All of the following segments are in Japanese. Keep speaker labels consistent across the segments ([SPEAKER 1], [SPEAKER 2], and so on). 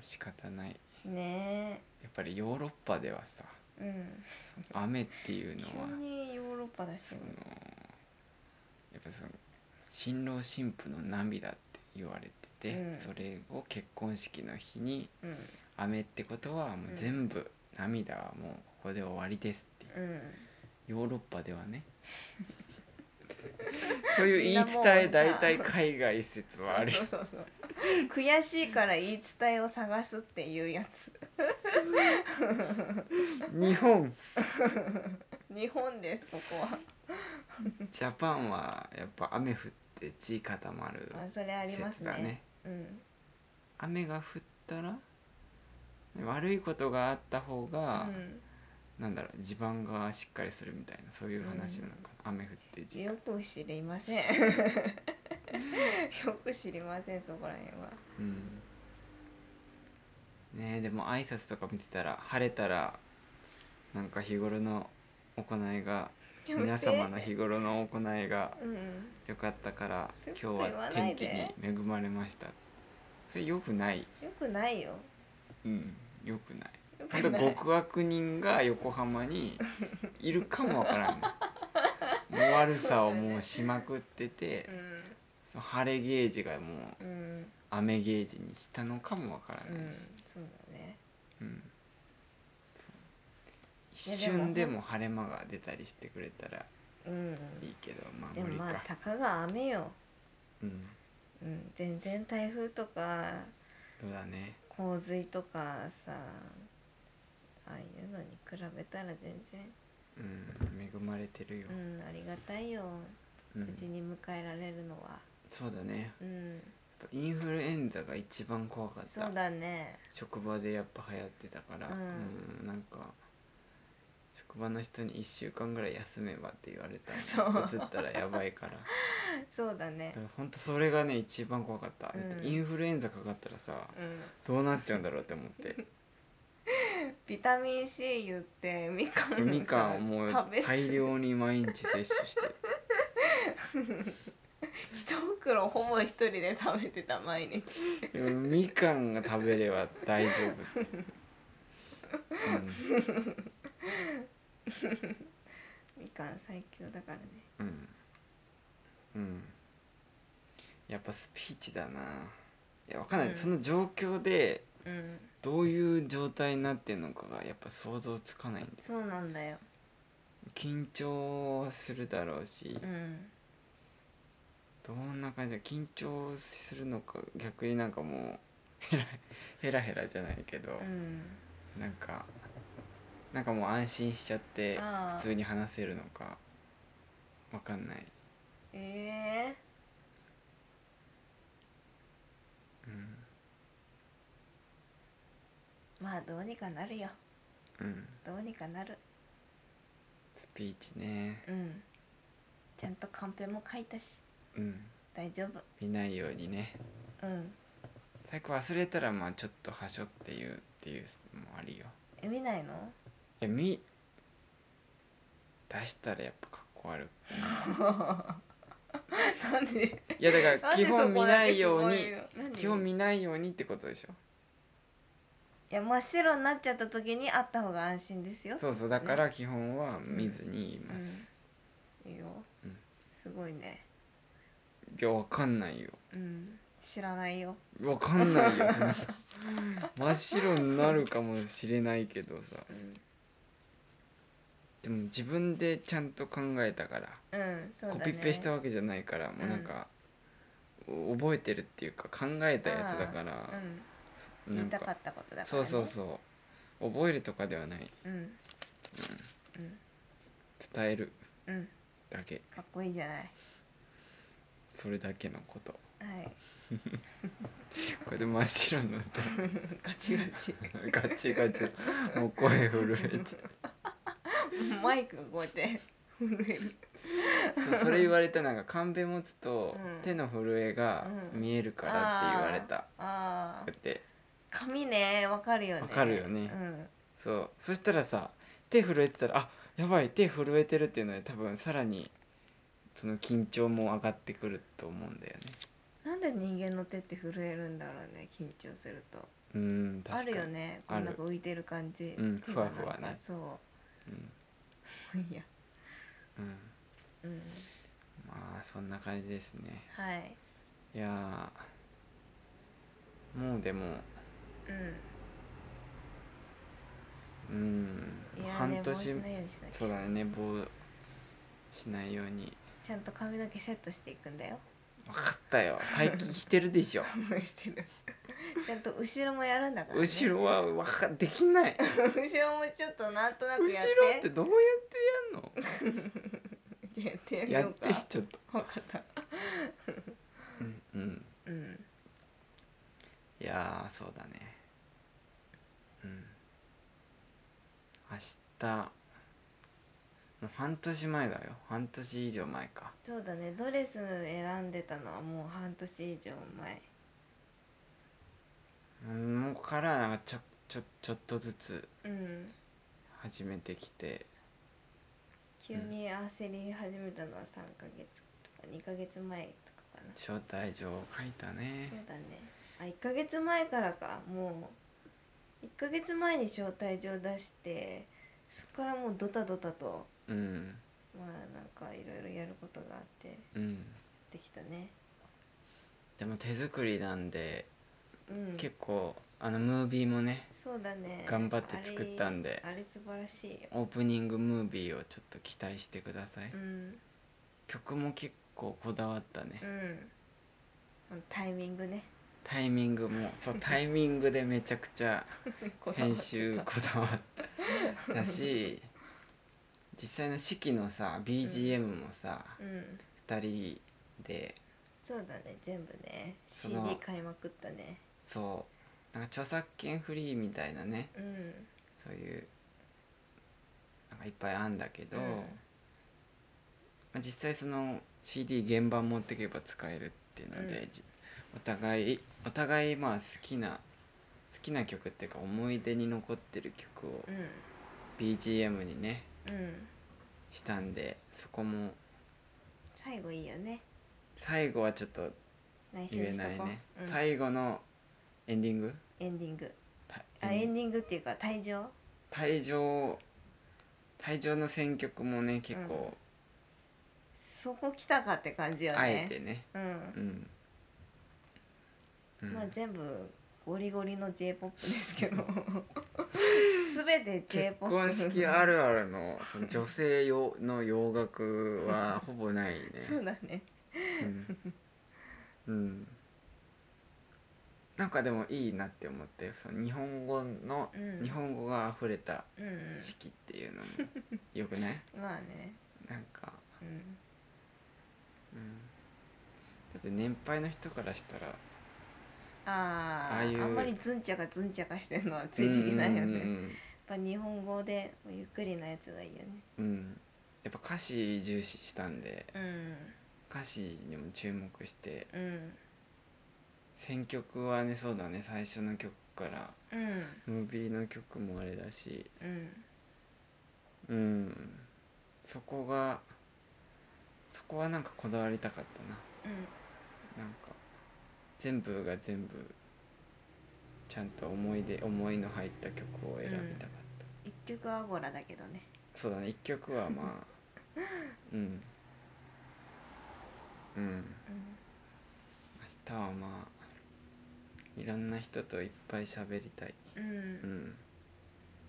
[SPEAKER 1] 仕方ない
[SPEAKER 2] ね
[SPEAKER 1] やっぱりヨーロッパではさ
[SPEAKER 2] えうん
[SPEAKER 1] その雨っていうのは
[SPEAKER 2] 急にヨーロッパだし
[SPEAKER 1] そのやっぱその新郎新婦の涙って言われてて、
[SPEAKER 2] うん
[SPEAKER 1] それを結婚式の日に
[SPEAKER 2] うん
[SPEAKER 1] 雨ってことはもう全部、涙はもうここで終わりですっていう
[SPEAKER 2] うん
[SPEAKER 1] ヨーロッパでは ねそういう言い伝え大体海外説はあれ
[SPEAKER 2] そうそうそうそう悔しいから言い伝えを探すっていうやつ
[SPEAKER 1] 日本
[SPEAKER 2] 日本ですここは
[SPEAKER 1] ジャパンはやっぱ雨降って地固まる
[SPEAKER 2] あそれあります
[SPEAKER 1] 説
[SPEAKER 2] ね
[SPEAKER 1] だね
[SPEAKER 2] うん
[SPEAKER 1] 雨が降ったら悪いことがあった方が、なんだろう地盤がしっかりするみたいなそういう話なのかな、雨降って
[SPEAKER 2] うん、
[SPEAKER 1] 地
[SPEAKER 2] よく知りま せんよく知りませんそこら辺は
[SPEAKER 1] うんねえでも挨拶とか見てたら晴れたらなんか日頃の行いが
[SPEAKER 2] やめて
[SPEAKER 1] 皆様の日頃の行いが
[SPEAKER 2] うん
[SPEAKER 1] 良かったから
[SPEAKER 2] そういう
[SPEAKER 1] 今日
[SPEAKER 2] こと言
[SPEAKER 1] は
[SPEAKER 2] わな
[SPEAKER 1] 天
[SPEAKER 2] い
[SPEAKER 1] 気
[SPEAKER 2] で
[SPEAKER 1] に恵まれましたそれ良くない
[SPEAKER 2] よくないよ
[SPEAKER 1] うん良くない
[SPEAKER 2] よく
[SPEAKER 1] 本当
[SPEAKER 2] ない
[SPEAKER 1] 極悪人が横浜にいるかもわからんのもう悪さをもうしまくってて、その晴れゲージがもう
[SPEAKER 2] うんうん
[SPEAKER 1] 雨ゲージに来たのかもわから
[SPEAKER 2] う
[SPEAKER 1] なんいし、
[SPEAKER 2] そうだね
[SPEAKER 1] うん一
[SPEAKER 2] いや
[SPEAKER 1] 瞬でも晴れ間が出たりしてくれたら
[SPEAKER 2] うん
[SPEAKER 1] いいけどまあ
[SPEAKER 2] でも
[SPEAKER 1] 無理
[SPEAKER 2] まあ
[SPEAKER 1] か、
[SPEAKER 2] たかが雨よ、
[SPEAKER 1] うん
[SPEAKER 2] うん、全然台風とか
[SPEAKER 1] そうだね
[SPEAKER 2] 洪水とかさああいうのに比べたら全然
[SPEAKER 1] うん恵まれてるよ、
[SPEAKER 2] うんありがたいよ
[SPEAKER 1] う
[SPEAKER 2] 無
[SPEAKER 1] ん
[SPEAKER 2] 事に迎えられるのは
[SPEAKER 1] そうだね
[SPEAKER 2] うん
[SPEAKER 1] やっぱインフルエンザが一番怖かった
[SPEAKER 2] そうだ ね
[SPEAKER 1] 職場でやっぱ流行ってたから、
[SPEAKER 2] うん
[SPEAKER 1] うんなんか職場の人に1週間ぐらい休めばって言われた
[SPEAKER 2] そう
[SPEAKER 1] 移ったらやばい から
[SPEAKER 2] そうだね
[SPEAKER 1] だからほんとそれがね一番怖かった、
[SPEAKER 2] うん
[SPEAKER 1] だってインフルエンザかかったらさ
[SPEAKER 2] うん
[SPEAKER 1] どうなっちゃうんだろうって思って
[SPEAKER 2] ビタミン C 言ってみかんの
[SPEAKER 1] そう
[SPEAKER 2] さ
[SPEAKER 1] みかんをもう
[SPEAKER 2] 食べ
[SPEAKER 1] 大
[SPEAKER 2] る
[SPEAKER 1] 量に毎日摂取して
[SPEAKER 2] 一袋ほぼ一人で食べてた毎日
[SPEAKER 1] でもみかんが食べれば大丈夫、
[SPEAKER 2] みかん最強だからね
[SPEAKER 1] うんうんうんやっぱスピーチだないやわかんない、
[SPEAKER 2] うん
[SPEAKER 1] その状況で
[SPEAKER 2] うん
[SPEAKER 1] どういう状態になってるのかがやっぱ想像つかないんです
[SPEAKER 2] そうなんだよ
[SPEAKER 1] 緊張はするだろうし、
[SPEAKER 2] うん
[SPEAKER 1] どんな感じで緊張するのか逆になんかもうヘラ ヘラヘラじゃないけど、
[SPEAKER 2] うん
[SPEAKER 1] なんかなんかもう安心しちゃって
[SPEAKER 2] ああ
[SPEAKER 1] 普通に話せるのかわかんない、
[SPEAKER 2] ええ
[SPEAKER 1] うん
[SPEAKER 2] まあどうにかなるよ
[SPEAKER 1] うん、
[SPEAKER 2] どうにかなる
[SPEAKER 1] スピーチね
[SPEAKER 2] うんちゃんとカンペも書いたし
[SPEAKER 1] うん
[SPEAKER 2] 大丈夫
[SPEAKER 1] 見ないようにね
[SPEAKER 2] うん
[SPEAKER 1] 最悪忘れたらまあちょっとはしょっていうっていうのもあるよ
[SPEAKER 2] え見ない の
[SPEAKER 1] えみ出したらやっぱかっこ悪
[SPEAKER 2] なんで
[SPEAKER 1] いいやだから基本見 ないように
[SPEAKER 2] に
[SPEAKER 1] 基本見ないようにってことでしょ
[SPEAKER 2] いや真っ白になっちゃった時にあった方が安心ですよ
[SPEAKER 1] そうそうだから基本は見ずに言います、
[SPEAKER 2] うん、いいよ、
[SPEAKER 1] うん
[SPEAKER 2] すごいね
[SPEAKER 1] いやわかんないよ
[SPEAKER 2] うん知らないよ
[SPEAKER 1] わかんない よその真っ白になるかもしれないけどさ
[SPEAKER 2] うん、
[SPEAKER 1] でも自分でちゃんと考えたか
[SPEAKER 2] う
[SPEAKER 1] ら、
[SPEAKER 2] ん、そうだ
[SPEAKER 1] コ
[SPEAKER 2] ね
[SPEAKER 1] ピペしたわけじゃないからもうなんか、お覚えてるっていうか考えたやつだか
[SPEAKER 2] う
[SPEAKER 1] ら、
[SPEAKER 2] ん
[SPEAKER 1] な
[SPEAKER 2] 言
[SPEAKER 1] ん
[SPEAKER 2] いたか
[SPEAKER 1] か
[SPEAKER 2] ったことだから、ね、
[SPEAKER 1] そうそうそう覚えるとかではない
[SPEAKER 2] うんうん
[SPEAKER 1] 伝える
[SPEAKER 2] うん
[SPEAKER 1] だけ
[SPEAKER 2] かっこいいじゃない
[SPEAKER 1] それだけのこと
[SPEAKER 2] はい
[SPEAKER 1] これで真っ白に なった
[SPEAKER 2] ガチガチ
[SPEAKER 1] ガチガチもう声震えて
[SPEAKER 2] マイクがこうや って震える
[SPEAKER 1] そうそれ言われたなんかカンペ持つと
[SPEAKER 2] うん
[SPEAKER 1] 手の震えが
[SPEAKER 2] うん
[SPEAKER 1] 見えるからって言われた、
[SPEAKER 2] あーあ
[SPEAKER 1] だ
[SPEAKER 2] ー
[SPEAKER 1] って
[SPEAKER 2] 紙ねわかるよね
[SPEAKER 1] わかるよね
[SPEAKER 2] うん
[SPEAKER 1] そうそしたらさ手震えてたらあやばい手震えてるっていうので多分さらにその緊張も上がってくると思うんだよね
[SPEAKER 2] なんで人間の手って震えるんだろうね緊張すると
[SPEAKER 1] うん
[SPEAKER 2] あ
[SPEAKER 1] 確か
[SPEAKER 2] る
[SPEAKER 1] に
[SPEAKER 2] よねこ
[SPEAKER 1] あ
[SPEAKER 2] う
[SPEAKER 1] る
[SPEAKER 2] なんか浮いてる感じ、
[SPEAKER 1] うん
[SPEAKER 2] 手がなんか
[SPEAKER 1] ふわふわね
[SPEAKER 2] そう
[SPEAKER 1] う ん
[SPEAKER 2] いや
[SPEAKER 1] うん
[SPEAKER 2] うん
[SPEAKER 1] まあそんな感じですね
[SPEAKER 2] はい
[SPEAKER 1] いやーもうでも
[SPEAKER 2] う
[SPEAKER 1] うん
[SPEAKER 2] んいや
[SPEAKER 1] 半
[SPEAKER 2] 寝坊
[SPEAKER 1] 年
[SPEAKER 2] しないようにしなき
[SPEAKER 1] そう
[SPEAKER 2] ゃ
[SPEAKER 1] だね寝坊しないように
[SPEAKER 2] ちゃんと髪の毛セットしていくんだよ
[SPEAKER 1] 分かったよ最近してるでしょ
[SPEAKER 2] してるちゃんと後ろもやるんだから、ね、
[SPEAKER 1] 後ろはわかできな い
[SPEAKER 2] 後ろもちょっとなんとな
[SPEAKER 1] 後ろ
[SPEAKER 2] くやっ
[SPEAKER 1] っててどうやって
[SPEAKER 2] やって
[SPEAKER 1] や
[SPEAKER 2] や
[SPEAKER 1] んのや
[SPEAKER 2] ろ
[SPEAKER 1] っ
[SPEAKER 2] う
[SPEAKER 1] て
[SPEAKER 2] か
[SPEAKER 1] ちょっと
[SPEAKER 2] 分かった
[SPEAKER 1] うん、うん、
[SPEAKER 2] うん
[SPEAKER 1] いやーそうだねうん明日もう半年前だよ半年以上前か
[SPEAKER 2] そうだねドレス選んでたのはもう半年以上前
[SPEAKER 1] うんもうからなんかちょちょちょっとずつ
[SPEAKER 2] うん
[SPEAKER 1] 始めてきて
[SPEAKER 2] 急に焦り始めたのは3ヶ月とか2ヶ月前とかかな
[SPEAKER 1] 招待状を書いたね
[SPEAKER 2] そうだねあ1ヶ月前からかもう1ヶ月前に招待状出してそこからもうドタドタと
[SPEAKER 1] うん
[SPEAKER 2] まあなんかいろいろやることがあってや
[SPEAKER 1] うん
[SPEAKER 2] ってきたね
[SPEAKER 1] でも手作りなんで、
[SPEAKER 2] うん
[SPEAKER 1] 結構あのムービーもね
[SPEAKER 2] そうだね
[SPEAKER 1] 頑張って作ったんで
[SPEAKER 2] あれあれ素晴らしいよ
[SPEAKER 1] オープニングムービーをちょっと期待してください、
[SPEAKER 2] うん
[SPEAKER 1] 曲も結構こだわったね、
[SPEAKER 2] うんあのタイミングね
[SPEAKER 1] タイミングもそうタイミングでめちゃく ちゃ
[SPEAKER 2] こだわって
[SPEAKER 1] 編
[SPEAKER 2] た
[SPEAKER 1] 集こだわっただし実際の式のさ BGM もさ、
[SPEAKER 2] うん
[SPEAKER 1] 二2人で
[SPEAKER 2] そうだね全部ね
[SPEAKER 1] その
[SPEAKER 2] CD 買いまくったね
[SPEAKER 1] そうなんか著作権フリーみたいなね
[SPEAKER 2] うん
[SPEAKER 1] そういうなんかいっぱいあんだけど、
[SPEAKER 2] うん
[SPEAKER 1] まあ実際その CD 現場持ってけば使えるっていうので、
[SPEAKER 2] うん
[SPEAKER 1] じお互いお互いまあ好きな好きな曲っていうか思い出に残ってる曲を
[SPEAKER 2] うん
[SPEAKER 1] BGM にね
[SPEAKER 2] うん
[SPEAKER 1] したんでそこも
[SPEAKER 2] 最後いいよね
[SPEAKER 1] 最後はちょっと
[SPEAKER 2] 内緒
[SPEAKER 1] 言
[SPEAKER 2] に
[SPEAKER 1] え
[SPEAKER 2] しと
[SPEAKER 1] ない
[SPEAKER 2] こう、
[SPEAKER 1] ね、
[SPEAKER 2] うん
[SPEAKER 1] 最後のエンディング
[SPEAKER 2] エンディング
[SPEAKER 1] た
[SPEAKER 2] あエンディングっていうか退場
[SPEAKER 1] 退場退場の選曲もね結構
[SPEAKER 2] そこ来たかって感じよね
[SPEAKER 1] あえてね、
[SPEAKER 2] うん、
[SPEAKER 1] うん、うん
[SPEAKER 2] まあ全部ゴリゴリの j p o p ですけ ど全て j p
[SPEAKER 1] 結
[SPEAKER 2] o p
[SPEAKER 1] 婚式あるある のその女性用の洋楽はほぼないね
[SPEAKER 2] そうだね
[SPEAKER 1] うん、うん、なんかでもいいなって思ってその日本語の、
[SPEAKER 2] うん
[SPEAKER 1] 日本語が溢れた
[SPEAKER 2] うんうん
[SPEAKER 1] 式っていうの もよくない
[SPEAKER 2] まあね
[SPEAKER 1] なんか、
[SPEAKER 2] うん
[SPEAKER 1] うん、だって年配の人からしたら
[SPEAKER 2] ああ
[SPEAKER 1] ああいう
[SPEAKER 2] あんまりズンチャカズンチャカしてるのはついていけないよね、
[SPEAKER 1] うんうん
[SPEAKER 2] やっぱ日本語でゆっくりなやつがいいよね
[SPEAKER 1] うんうん、うんやっぱ歌詞重視したんで
[SPEAKER 2] うん
[SPEAKER 1] 歌詞にも注目して
[SPEAKER 2] うん
[SPEAKER 1] 選曲はねそうだね最初の曲から
[SPEAKER 2] うん
[SPEAKER 1] ムービーの曲もあれだし
[SPEAKER 2] うん
[SPEAKER 1] うんそこがそこはなんかこだわりたかった
[SPEAKER 2] うん
[SPEAKER 1] ななんか全部が全部ちゃんと思い出思いの入った曲を選びたかった、
[SPEAKER 2] 一曲アゴラだけどね
[SPEAKER 1] そうだね1曲はまあうんう
[SPEAKER 2] う
[SPEAKER 1] ん
[SPEAKER 2] ん
[SPEAKER 1] 明日はまあいろんな人といっぱい喋りたいうん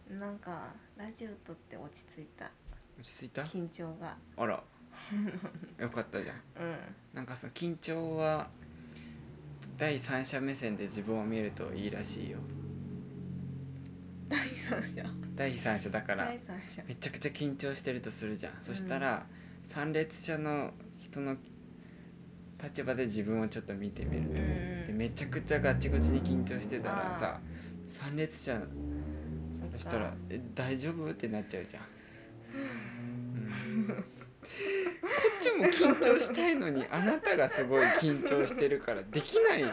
[SPEAKER 2] うん、なんかラジオとって落ち着いた
[SPEAKER 1] 落ち着いた
[SPEAKER 2] 緊張が
[SPEAKER 1] あらよかったじゃん
[SPEAKER 2] うん
[SPEAKER 1] なんかその緊張は第三者目線で自分を見るといいらしいよ
[SPEAKER 2] 第三者
[SPEAKER 1] 第三者だから
[SPEAKER 2] 第三者
[SPEAKER 1] めちゃくちゃ緊張してるとするじゃんそしたら、参列者の人の立場で自分をちょっと見てみると、
[SPEAKER 2] うん
[SPEAKER 1] でめちゃくちゃガチゴチに緊張してたらさ参列者
[SPEAKER 2] そっか
[SPEAKER 1] そしたら「え大丈夫?」ってなっちゃうじゃん、うんこっちも緊張したいのにあなたがすごい緊張してるからできない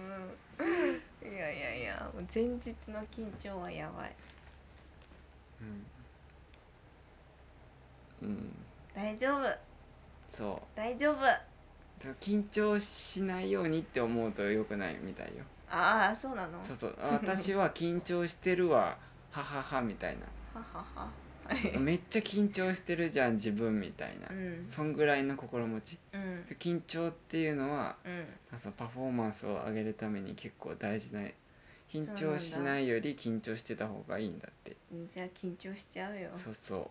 [SPEAKER 2] いやいやいやもう前日の緊張はやばい
[SPEAKER 1] うん、
[SPEAKER 2] 大丈夫
[SPEAKER 1] そ
[SPEAKER 2] 大丈夫
[SPEAKER 1] でも緊張しないようにって思うと良くないみたいよ
[SPEAKER 2] ああそうなの
[SPEAKER 1] そうそう私は緊張してるわはははみたいな
[SPEAKER 2] ははははい
[SPEAKER 1] めっちゃ緊張してるじゃん自分みたいな、
[SPEAKER 2] うん
[SPEAKER 1] そんぐらいの心持ち
[SPEAKER 2] うん
[SPEAKER 1] で緊張っていうのは
[SPEAKER 2] うん
[SPEAKER 1] そのパフォーマンスを上げるために結構大事な
[SPEAKER 2] そう
[SPEAKER 1] 緊
[SPEAKER 2] なん
[SPEAKER 1] 張
[SPEAKER 2] だ
[SPEAKER 1] しないより緊張してた方がいいんだって
[SPEAKER 2] じゃあ緊張しちゃうよ
[SPEAKER 1] そうそう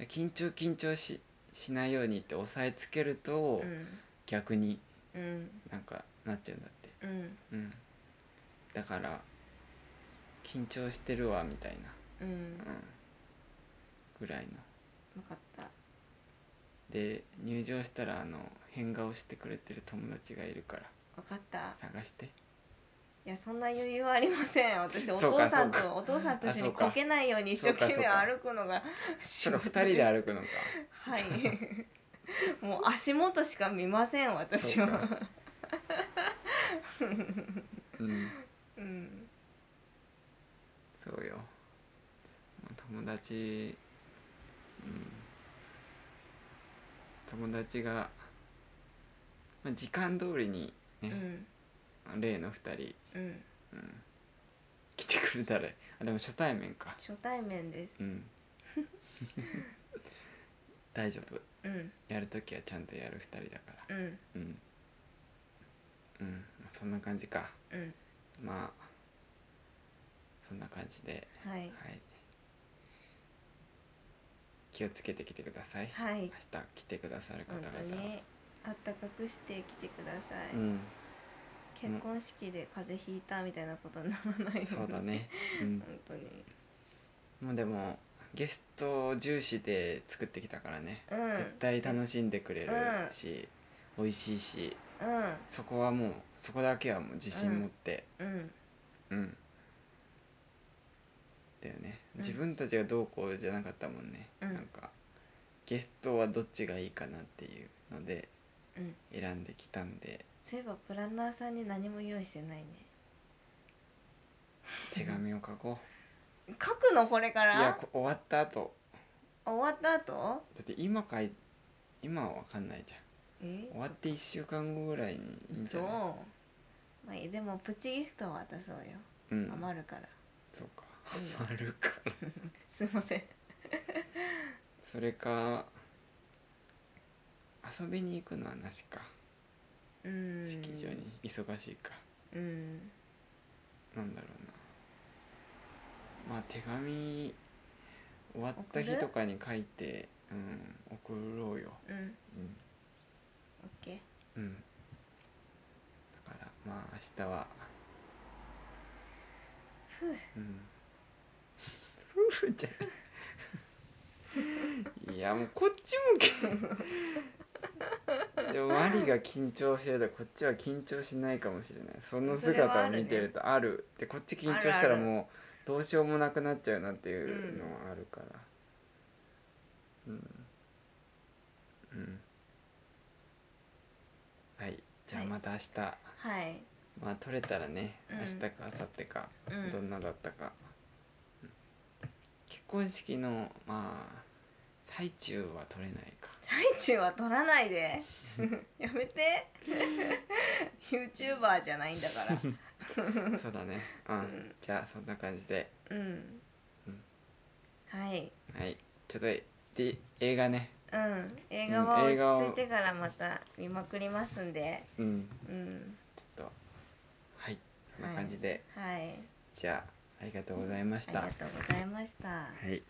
[SPEAKER 1] で緊張緊張ししないようにって押さえつけると、
[SPEAKER 2] うん
[SPEAKER 1] 逆に
[SPEAKER 2] うん
[SPEAKER 1] なんかなっちゃうんだって
[SPEAKER 2] うん
[SPEAKER 1] うんだから緊張してるわみたいな
[SPEAKER 2] うん
[SPEAKER 1] うんぐらいの
[SPEAKER 2] 分かった
[SPEAKER 1] で入場したらあの変顔してくれてる友達がいるから
[SPEAKER 2] 分かった
[SPEAKER 1] 探して
[SPEAKER 2] いやそんな余裕はありません私お
[SPEAKER 1] そうか
[SPEAKER 2] 父さん
[SPEAKER 1] そう
[SPEAKER 2] とお父さんと一緒
[SPEAKER 1] あそう
[SPEAKER 2] に
[SPEAKER 1] か
[SPEAKER 2] こけないように一生懸
[SPEAKER 1] そ
[SPEAKER 2] 命
[SPEAKER 1] うかそうか
[SPEAKER 2] 歩くのが
[SPEAKER 1] それ二人で歩くのか
[SPEAKER 2] はいもう足元しか見ません私
[SPEAKER 1] そう
[SPEAKER 2] は
[SPEAKER 1] かうん
[SPEAKER 2] うん
[SPEAKER 1] そうよまあ友達うん友達が、まあ、時間通りに
[SPEAKER 2] う
[SPEAKER 1] ね、
[SPEAKER 2] ん
[SPEAKER 1] 例の二人、
[SPEAKER 2] うん
[SPEAKER 1] うん、来てくれたらあでも初対面か
[SPEAKER 2] 初対面です
[SPEAKER 1] うん 大丈夫
[SPEAKER 2] うん
[SPEAKER 1] やるときはちゃんとやる二人だから
[SPEAKER 2] うん
[SPEAKER 1] うんうんそんな感じか
[SPEAKER 2] うん
[SPEAKER 1] まあそんな感じで
[SPEAKER 2] はい
[SPEAKER 1] はい気をつけてきてください
[SPEAKER 2] はい
[SPEAKER 1] 明日来てくださる方
[SPEAKER 2] 本
[SPEAKER 1] 々
[SPEAKER 2] 当にあったかくして来てください、
[SPEAKER 1] うん
[SPEAKER 2] 結婚式で風邪ひいたみたいなことにならないように
[SPEAKER 1] そう だね、うん
[SPEAKER 2] 本、当に
[SPEAKER 1] もうでもゲスト重視で作ってきたからね、
[SPEAKER 2] うん
[SPEAKER 1] 絶対楽しんでくれる
[SPEAKER 2] うん
[SPEAKER 1] し、美味しいし
[SPEAKER 2] うん
[SPEAKER 1] そこはもうそこだけはもう自信持って
[SPEAKER 2] うん
[SPEAKER 1] うん、だよね
[SPEAKER 2] うん
[SPEAKER 1] 自分たちがどうこうじゃなかったもんね、
[SPEAKER 2] うん
[SPEAKER 1] なんかゲストはどっちがいいかなっていうので
[SPEAKER 2] うん
[SPEAKER 1] 選んできたんで
[SPEAKER 2] そういえばプランナーさんに何も用意してないね
[SPEAKER 1] 手紙を書こ
[SPEAKER 2] 書くのこれか
[SPEAKER 1] ういや
[SPEAKER 2] ら
[SPEAKER 1] こ終わった後
[SPEAKER 2] 終わった後
[SPEAKER 1] だって今かい今は分かんないじゃ
[SPEAKER 2] え
[SPEAKER 1] ん終わって1週間後ぐらいにいいんじ
[SPEAKER 2] そ
[SPEAKER 1] ゃ
[SPEAKER 2] う
[SPEAKER 1] ない
[SPEAKER 2] まあいいでもプチギフトは渡そうよ、
[SPEAKER 1] うん
[SPEAKER 2] 余るから
[SPEAKER 1] そうか
[SPEAKER 2] うん
[SPEAKER 1] 余るから
[SPEAKER 2] すいません
[SPEAKER 1] それか遊びに行くのはなしか
[SPEAKER 2] うん
[SPEAKER 1] 式場に忙しいか
[SPEAKER 2] うん
[SPEAKER 1] なんだろうなまあ手紙終わった
[SPEAKER 2] 送
[SPEAKER 1] 日
[SPEAKER 2] る
[SPEAKER 1] とかに書いて、うん、送ろうよ、
[SPEAKER 2] うん
[SPEAKER 1] うん
[SPEAKER 2] オッケー
[SPEAKER 1] うん、だからまあ明日は
[SPEAKER 2] ふう
[SPEAKER 1] うん夫婦じゃんいやもうこっちもけでもマリが緊張してるとこっちは緊張しないかもしれないその
[SPEAKER 2] それは
[SPEAKER 1] 姿
[SPEAKER 2] あ
[SPEAKER 1] を
[SPEAKER 2] るね
[SPEAKER 1] 見てるとあるでこっち緊張した
[SPEAKER 2] ある
[SPEAKER 1] ら
[SPEAKER 2] ある
[SPEAKER 1] もうどうしようもなくなっちゃうなっていうのはあるからうんうんはいじゃあ
[SPEAKER 2] はい
[SPEAKER 1] また明日、
[SPEAKER 2] はい
[SPEAKER 1] まあ取れたらね
[SPEAKER 2] うん
[SPEAKER 1] 明日か明後日か、
[SPEAKER 2] うん
[SPEAKER 1] どんなだったか、うん結婚式のまあ最中は取れないか
[SPEAKER 2] 最中は取らないで やめて YouTuber じゃないんだから
[SPEAKER 1] そうだねうん、
[SPEAKER 2] うん
[SPEAKER 1] じゃあそんな感じで
[SPEAKER 2] うん
[SPEAKER 1] うん
[SPEAKER 2] はい
[SPEAKER 1] はいちょっとで映画ね
[SPEAKER 2] うん映画は
[SPEAKER 1] うん映画を
[SPEAKER 2] 落ち着いてからまた見まくりますんで
[SPEAKER 1] うん
[SPEAKER 2] うん
[SPEAKER 1] ちょっとはいそんな感じで、
[SPEAKER 2] はい
[SPEAKER 1] じゃあありがとうございまし
[SPEAKER 2] あり
[SPEAKER 1] た
[SPEAKER 2] がとうございました
[SPEAKER 1] はい